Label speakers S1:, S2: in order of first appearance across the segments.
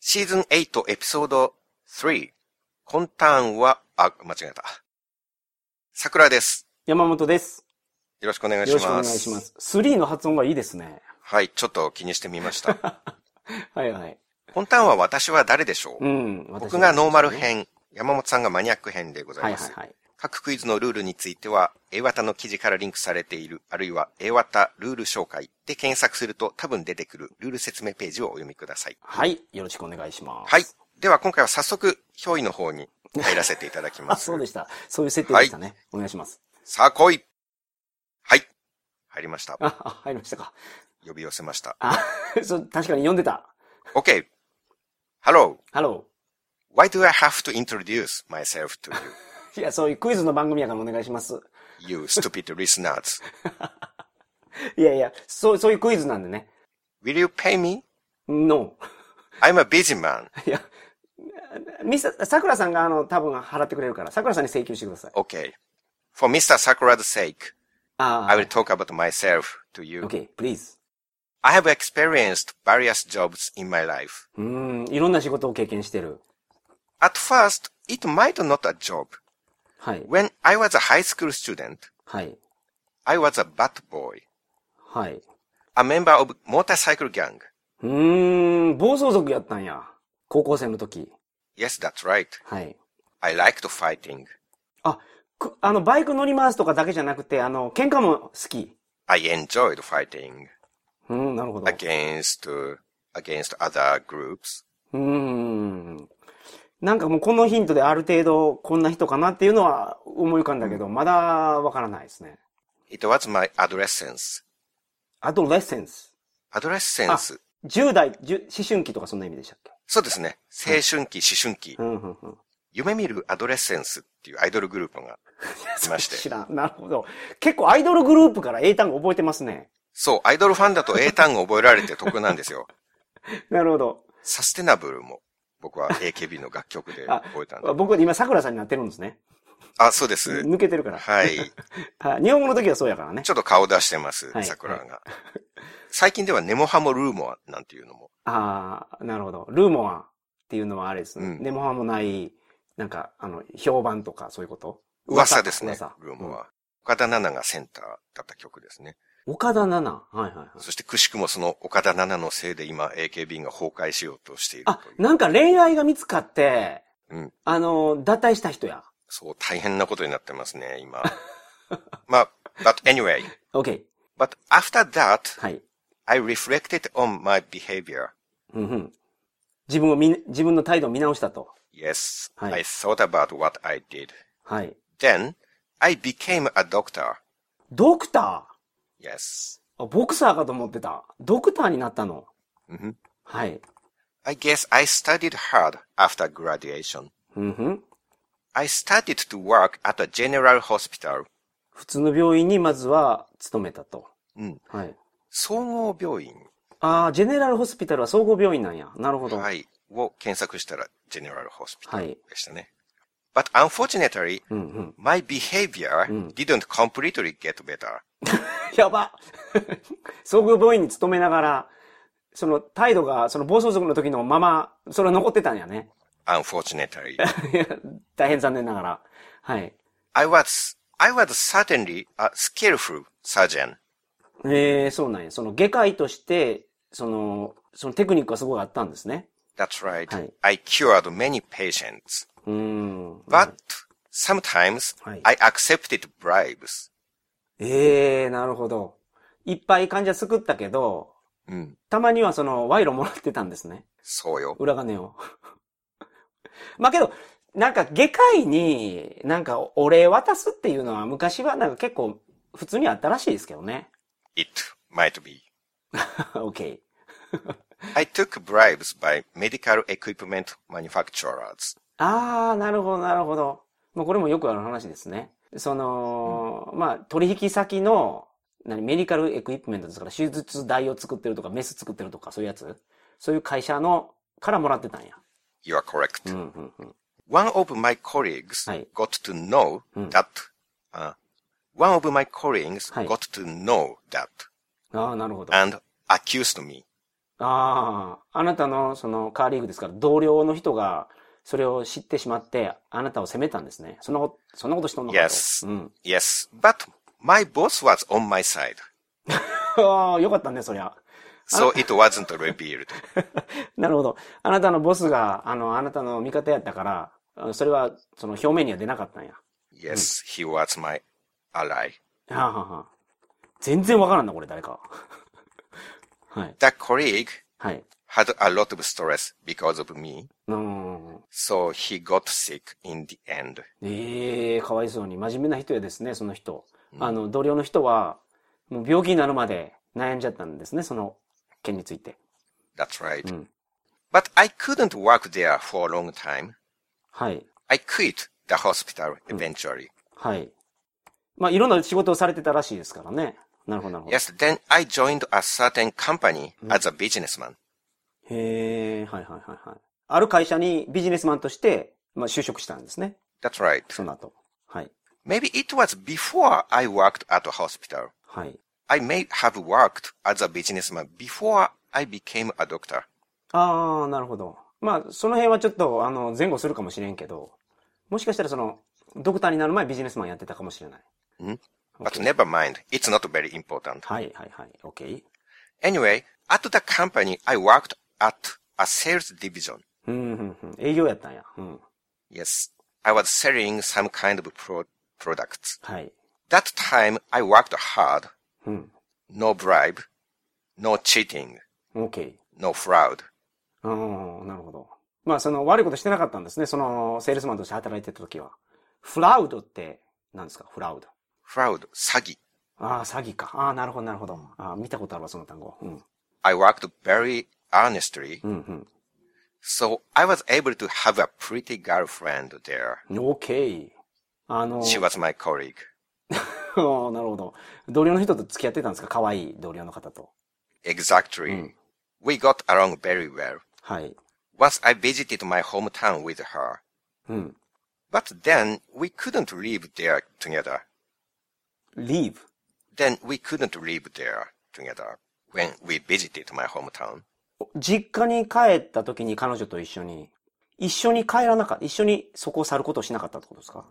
S1: シーズン8エピソード3。コンターンは、あ、間違えた。桜です。
S2: 山本です。
S1: よろしくお願いし
S2: よろ
S1: ま
S2: し
S1: す。
S2: くお願いします。3の発音がいいですね。
S1: はい、ちょっと気にしてみました。
S2: はいはい。
S1: コンターンは私は誰でしょう、
S2: うん。
S1: 僕がノーマル
S2: で
S1: 編、山本さんがマニアック編でご
S2: す
S1: ざ
S2: ね。はいい
S1: ま
S2: は
S1: す。
S2: いはい。
S1: 各クイズのルールについては、A ワタの記事からリンクされている、あるいは A ワタルール紹介で検索すると多分出てくるルール説明ページをお読みください。
S2: はい。よろしくお願いします。
S1: はい。では今回は早速、表意の方に入らせていただき
S2: あ、
S1: ます。
S2: そうでした。そういう設定でしたね。お願いします。
S1: さあ来いはい。入りました。
S2: あ、あ入りましたか。
S1: 呼び寄せました。
S2: あ、 そう、確かに読んでた。
S1: OK! Hello!
S2: ハロ
S1: Why do I have to introduce myself to
S2: ー。いや、そういうクイズの番組やからお願いします。
S1: you, you stupid listeners?
S2: いやいや、そう、そういうクイズなんでね。
S1: Will you pay me?
S2: No.
S1: I'm a busy man.
S2: いや、ミス、桜さんがあの、多分払ってくれるから、桜さんに請求してください。
S1: Okay. For Mr. Sakura's sake,
S2: ああ
S1: I will talk about myself to you.
S2: Okay, please.
S1: I have experienced various jobs in my life.
S2: うーん、いろんな仕事を経験してる。
S1: At first, it might not a job.
S2: はい。
S1: When I was a high school student,
S2: はい。
S1: I was a bat boy,
S2: はい。
S1: a member of motorcycle gang.
S2: うーん、暴走族やったんや。高校生の時。
S1: Yes, that's right.
S2: はい。
S1: I liked fighting.
S2: あ、く、あの、バイク乗り回すとかだけじゃなくて、あの、喧嘩も好き。
S1: I enjoyed fighting
S2: うん、なるほど。
S1: against uh, against other groups.
S2: うーん。なんかもうこのヒントである程度こんな人かなっていうのは思い浮かんだけど、まだわからないですね。
S1: It was my adolescence.
S2: アドレッセンス。
S1: adolescence
S2: 10代、10思春期とかそんな意味でしたっけ
S1: そうですね。青春期、思春期
S2: う。ん、うん、うん。
S1: 夢見るアドレッセンスっていうアイドルグループがいまして。
S2: 知らん。なるほど。結構アイドルグループから英単語覚えてますね。
S1: そう、アイドルファンだと英単語覚えられて得なん ですよ。
S2: なるほど。
S1: サステナブルも僕は AKB の楽曲 で覚えたんで。あ
S2: 僕今桜さんになってるんですね。
S1: そうです。
S2: 抜けてるから。
S1: はい。
S2: あ日本語の時はそうやからね
S1: ち。ょっと顔出してます
S2: は、い
S1: 桜が。最近ではネモハモルーモアなんていうのも。
S2: ああ、なるほど。ルーモアっていうのはあれですね。
S1: うん
S2: ネモハもない、なんか、あの、評判とかそういうこと
S1: 噂ですね
S2: 噂、
S1: ルーモ
S2: うん
S1: ア。岡田奈々がセンターだった曲ですね。
S2: 岡田奈々。はいはいはい。
S1: そしてくしくもその岡田奈々のせいで今 AKB が崩壊しようとしていると
S2: あ、
S1: いう。
S2: なんか恋愛が見つかって、
S1: うん
S2: あの、脱退した人や。
S1: そう、大変なことになってますね、今。 まあ、but anyway.
S2: OK。
S1: But after that,
S2: はい。
S1: I reflected on my behavior.
S2: うんうん。自分を見、自分の態度を見直したと。
S1: Yes,
S2: はい
S1: I thought about what I did.
S2: はい。
S1: Then, I became a doctor.
S2: ドクタ
S1: Yes.
S2: ーあボクサーかと思ってた。ドクターになったの。
S1: Mhm.
S2: はい。
S1: I guess I studied hard after graduation.
S2: うんふん。
S1: I started to work at a general hospital.
S2: 普通の病院にまずは勤めたと。
S1: うん。
S2: はい。
S1: 総合病院。
S2: ああ、ジェネラルホスピタルは総合病院なんや。なるほど。。
S1: はいい。を検索したら、ジェネラルホスピタ
S2: は
S1: ル
S2: い。
S1: でしたね。But unfortunately,
S2: うんうん。
S1: my behavior
S2: うん
S1: didn't completely get better.
S2: やば 総合病院に勤めながら、その態度が、その暴走族の時のまま、それは残ってたんやね。
S1: Unfortunately,
S2: いや大変残念ながら。はい。
S1: I was, I was certainly a skillful surgeon.
S2: えー、そうなんや。その外科医として、その、そのテクニックがすごいあったんですね。
S1: That's right.
S2: はい
S1: I cured many patients.
S2: うーん。
S1: But sometimes
S2: はい
S1: I accepted bribes.
S2: ええー、なるほど。いっぱい患者救ったけど、
S1: うん。
S2: たまにはその賄賂もらってたんですね。
S1: そうよ。
S2: 裏金を。 まあけど、なんか外科医になんかお礼渡すっていうのは昔はなんか結構普通にあったらしいですけどね。
S1: It might be.
S2: OK。
S1: I took bribes by medical equipment manufacturers.
S2: ああ、なるほど、なるほど。まあこれもよくある話ですね。その、まあ取引先の、何、メディカルエクイプメントですから手術台を作ってるとかメス作ってるとかそういうやつそういう会社のからもらってたんや。
S1: You are correct.
S2: うん、うん、うん。
S1: One of my colleagues
S2: はい
S1: got to know
S2: うん
S1: that, uh, one of my colleagues
S2: はい
S1: got to know that
S2: ああ、なるほど。
S1: and accused me.
S2: ああ、あなたのそのカーリーグですから、同僚の人がそれを知ってしまって、あなたを責めたんですね。そんなこと、そんなことしとんのかと。
S1: Yes.
S2: うん。
S1: Yes, but my boss was on my side.
S2: ああ、よかったね、そりゃ。
S1: So it wasn't revealed.
S2: なるほど。あなたのボスが、あの、あなたの味方やったから、あそれは、その表面には出なかったんや。
S1: Yes, he was my ally.
S2: はあはあはあ全然わからんな、これ、誰か。 はい。
S1: That colleague
S2: はい。
S1: had a lot of stress because of me,
S2: うん。
S1: so he got sick in the end.
S2: ええかわいそうに。真面目な人やですね、その人。あの、同僚の人は、もう病気になるまで悩んじゃったんですね、その件について。
S1: That's right.
S2: Mm.
S1: But I couldn't work there for a long time.
S2: はい。
S1: I quit the hospital eventually.
S2: はい。まあ、いろんな仕事をされてたらしいですからね。なるほど、なるほど。
S1: Yes, then I joined a certain company as a businessman.
S2: へえ、はいはいはいはい。ある会社にビジネスマンとして、まあ、就職したんですね。
S1: That's right.
S2: その後。はい。
S1: Maybe it was before I worked at a hospital.
S2: はい。
S1: I may have worked as a businessman before I became a doctor.
S2: ああ、なるほど。まあ、その辺はちょっと、あの、前後するかもしれんけど、もしかしたらその、ドクターになる前ビジネスマンやってたかもしれない。
S1: But never mind. It's not very important.
S2: はいはいはい。OK。
S1: Anyway, at the company, I worked at a sales division.
S2: うん、うん、うん。営業やったんや。うん。
S1: Yes. I was selling some kind of pro- products.
S2: はい。
S1: That time, I worked hard.
S2: うん。
S1: No bribe. No cheating.
S2: OK。
S1: No fraud.
S2: うん、なるほど。まあ、その、悪いことしてなかったんですね。その、セールスマンとして働いてた時は。フラウドって、何ですかフラウド。
S1: Fraud. Sagi.
S2: ああ、詐欺か。ああ、なるほど、なるほど。ああ、見たことあるわ、その単語。うん。
S1: I worked very earnestly.
S2: うん、
S1: So I was able to have a pretty girlfriend there.
S2: うん。OK。あの、
S1: She was my colleague.
S2: あ あなるほど。同僚の人と付き合ってたんですか可愛い同僚の方と。
S1: Exactly. We got along very well.
S2: はい。
S1: Once I visited my hometown with her.
S2: うん。
S1: But then we couldn't live there together.
S2: leave.
S1: Then we couldn't live there together when we visited my hometown.
S2: 実家に帰った時に彼女と一緒に、一緒に帰らなかった、一緒にそこを去ることをしなかったってことですか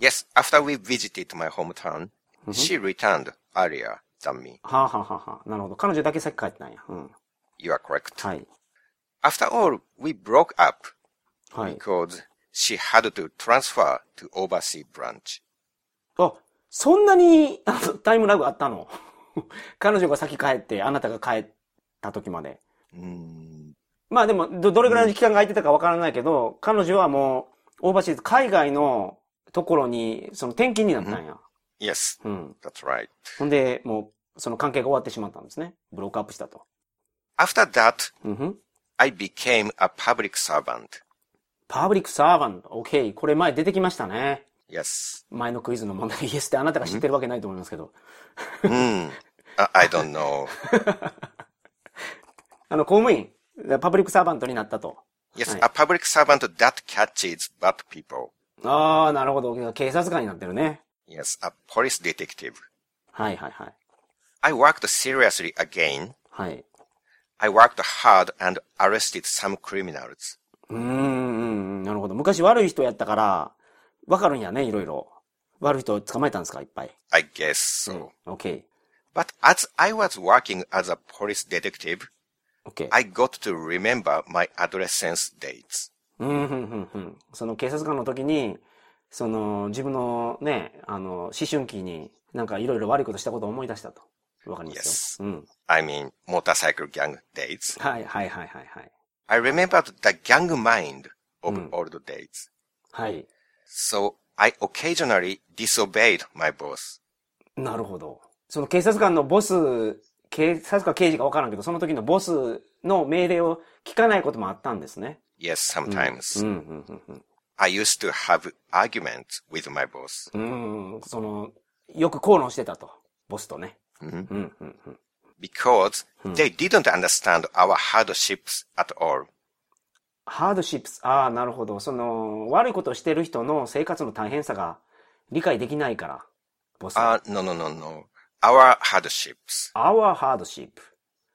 S1: Yes, after we visited my hometown, she returned earlier than me.
S2: はあ、はあはあはあ、なるほど。彼女だけ先帰ったんや。うん。
S1: You are correct.
S2: はい。
S1: After all, we broke up
S2: はい。
S1: because she had to transfer to overseas branch.
S2: あ、そんなに、あのタイムラグあったの 彼女が先帰って、あなたが帰った時まで。
S1: Mm,
S2: まあでも、ど、どれぐらいの期間が空いてたかわからないけど、彼女はもう、オーバーシーズ、海外のところに、その転勤になったんや。
S1: yes,
S2: うん。
S1: that's right.
S2: ほんで、もう、その関係が終わってしまったんですね。ブロックアップしたと。
S1: After that,
S2: うんふん。
S1: I became a public servant.
S2: パブリックサーバント、OK。これ前出てきましたね。
S1: Yes.
S2: 前のクイズの問題、イエスってあなたが知ってるわけないと思いますけど。
S1: Hmm. I- I don't know.
S2: あの、公務員、パブリックサーバントになったと。
S1: Yes,
S2: Right.
S1: a public servant that catches bad people.
S2: ああ、なるほど。警察官になってるね。
S1: Yes, a police detective.
S2: はいはいはい。
S1: I worked seriously again.
S2: はい。
S1: I worked hard and arrested some criminals.
S2: うーん、なるほど。昔悪い人やったから、わかるんやね、いろいろ。悪い人を捕まえたんですか、いっぱい。
S1: I guess so.
S2: Hmm. OK。
S1: But as I was working as a police detective,
S2: OK。
S1: I got to remember my adolescence dates.
S2: うん、ふん、ふん、ふん。その警察官の時に、その、自分のね、あの、思春期に、なんかいろいろ悪いことしたことを思い出したと。わかりますよ。うん。
S1: I mean, motorcycle gang dates.
S2: はい、はい、はい、はい、はい。
S1: I remembered the gang mind of old days.
S2: はい。
S1: So I occasionally disobeyed my boss.
S2: なるほど。その警察官のボス、警察か刑事かわからんけど、その時のボスの命令を聞かないこともあったんですね。
S1: Yes, sometimes.
S2: うん、うん、うん、うん。
S1: I used to have arguments with my boss.
S2: うん、その、よく口論してたと。ボスとね。
S1: Mhm.
S2: うん、うん、うん。
S1: because they didn't understand our hardships at all.
S2: ハードシップス、ああ、なるほど。その、悪いことをしてる人の生活の大変さが理解できないから、ボスは。
S1: Uh, no, no, no, no. Our hardships.
S2: our hardship,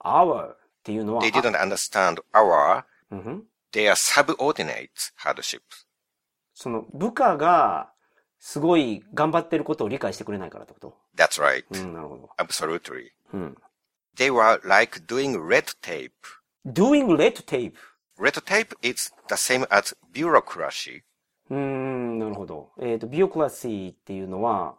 S2: our ていうのは、
S1: They
S2: あ
S1: didn't understand our,
S2: うんふん
S1: their subordinates hardships.
S2: その部下がすごい頑張ってることを理解してくれないからってこと
S1: That's right.
S2: うん、なるほど。
S1: Absolutely.
S2: うん。
S1: They were like doing red tape.
S2: doing red tape.
S1: Red tape is the same as bureaucracy.
S2: うーん、なるほど。えっ、と、ビオクラシーっていうのは、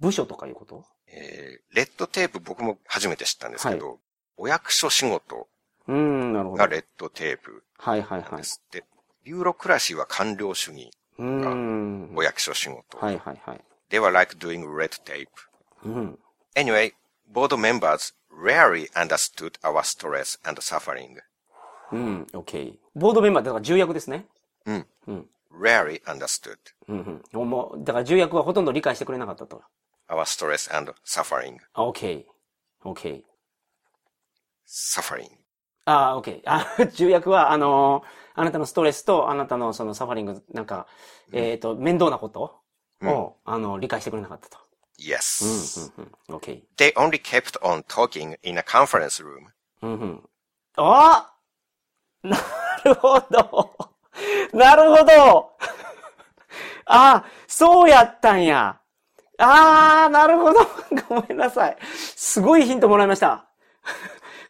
S2: 部署とかいうこと
S1: えー、レッドテープ僕も初めて知ったんですけど、お役所仕事
S2: うーん、なるほど。
S1: が
S2: はい
S1: レッドテープ
S2: はいはい
S1: なん。ですって。ビューロクラシーは官僚主義、
S2: うーん。
S1: お役所仕事。
S2: はいはいはい。
S1: They were like doing red tape.
S2: うん。
S1: Anyway, board members rarely understood our stress and suffering.
S2: うん、OK。ボードメンバー、だから重役ですね。
S1: うん。
S2: うん。
S1: Rarely understood
S2: うん、うん。もう、だから重役はほとんど理解してくれなかったと。
S1: our stress and suffering.
S2: あ、OK。OK。
S1: Suffering.
S2: ああ、OK。あ、 重役は、あのーあなたのストレスと、あなたのそのサファリング、なんか、えっ、と、面倒なことを、あの、理解してくれなかったと。
S1: Yes.
S2: うん、うん、うん。OK。
S1: They only kept on talking in a conference room.
S2: うんうん。あなるほど。なるほど。あ、そうやったんや。ああ、なるほど。ごめんなさい。すごいヒントもらいました。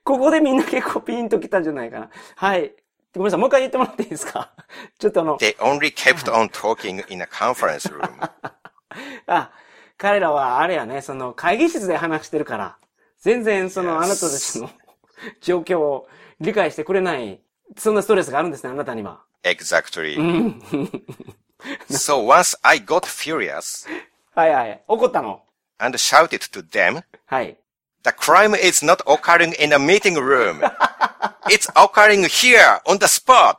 S2: ここでみんな結構ピンときたんじゃないかな。はい。ごめんなさい。もう一回言ってもらっていいですかちょっとあの、
S1: They only kept on talking in a conference room.
S2: あ、彼らはあれやね、その会議室で話してるから、全然その
S1: Yes.
S2: あなたたちの 状況を理解してくれない、そんなストレスがあるんですね、あなたには。
S1: Exactly. so once I got furious
S2: はいはい。怒ったの。
S1: and shouted to them,
S2: はい。
S1: the crime is not occurring in a meeting room. It's occurring here on the spot.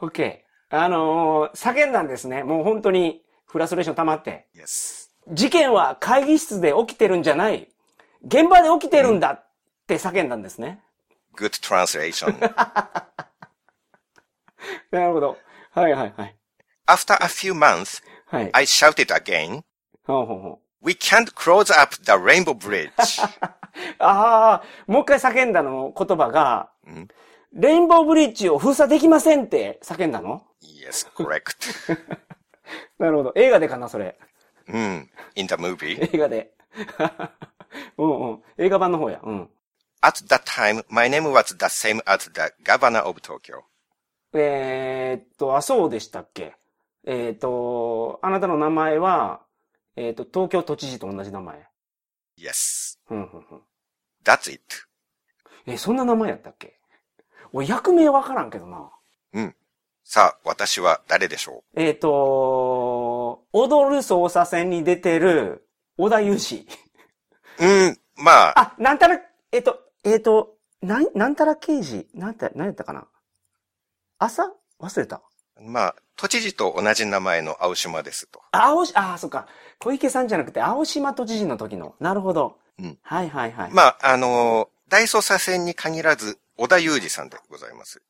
S2: OK。あのー叫んだんですね。もう本当にフラストレーション溜まって。
S1: Yes.
S2: 事件は会議室で起きてるんじゃない。現場で起きてるんだって叫んだんですね。
S1: Good translation.
S2: なるほど。はいはいはい。
S1: After a few months,
S2: はい。
S1: I shouted again,
S2: ほうほうほう
S1: we can't close up the rainbow bridge.
S2: ああ、もう一回叫んだの言葉が、
S1: ん
S2: レインボーブリッジを封鎖できませんって叫んだの
S1: yes, correct.
S2: なるほど。映画でかな、それ。
S1: Mm, in the movie.
S2: 映画で。 うんうん。映画版の方や。うん。
S1: At that time, my name was the same as the governor of Tokyo.
S2: えーっと、あ、そうでしたっけ。えーっと、あなたの名前は、えーっと、東京都知事と同じ名前。
S1: Yes,
S2: うんうんうん。
S1: that's it.
S2: え、そんな名前やったっけ俺、役名わからんけどな。
S1: さあ、私は誰でしょ
S2: えーっと、踊る捜査線に出てる、小田裕二。
S1: ううん、まあ、
S2: あ、なんたら、えっと、えっと、なん、なんたら刑事、なんた、何やったかな朝忘れた。
S1: まあ、都知事と同じ名前の青島ですと。
S2: 青し、ああ、そっか。小池さんじゃなくて、青島都知事の時の。なるほど。
S1: うん
S2: はいはいはい。
S1: まあ、あのー大捜査線に限らず、小田裕二さんでございます。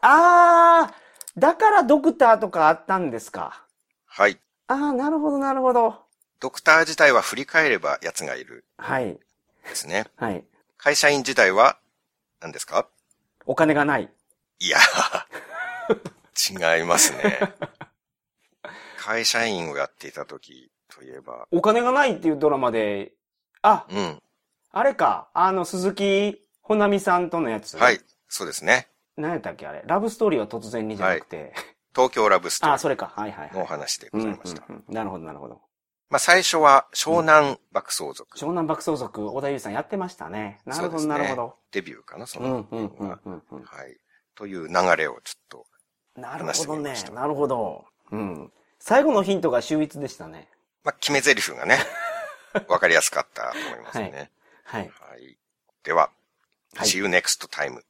S2: ああ、だからドクターとかあったんですか。
S1: はい。
S2: ああ、なるほどなるほど。
S1: ドクター時代は振り返れば奴がいる
S2: はい、
S1: ですね。
S2: はい。
S1: 会社員時代は、何ですか
S2: お金がない。
S1: いや、 違いますね。会社員をやっていた時といえば、
S2: お金がないっていうドラマで、あ、
S1: うん。
S2: あれか。あの、鈴木ほなみさんとのやつ。
S1: はい。。そうですね。
S2: 何やったっけあれ。ラブストーリーは突然にじゃなくて。
S1: 東京ラブスト
S2: あ
S1: ー
S2: あ、
S1: リ
S2: それか。はいはい、はい
S1: ー。のお話でございました。
S2: うんうんうんなるほど、なるほど。
S1: まあ最初は湘南爆走族、
S2: 湘南爆走族、小田優さんやってましたね。なるほど、
S1: そう
S2: な
S1: ですね
S2: るほど。
S1: デビューかな、そうの。
S2: ん、うん、うん、うん。うん
S1: はい。という流れをちょっと、
S2: なるほどね
S1: 話してみまし。た
S2: なるほど。うん。最後のヒントが秀逸でしたね。
S1: まあ決め台詞が ね、わかりやすかったと思いますね。
S2: はい。
S1: はい。では、
S2: はい
S1: see you next time.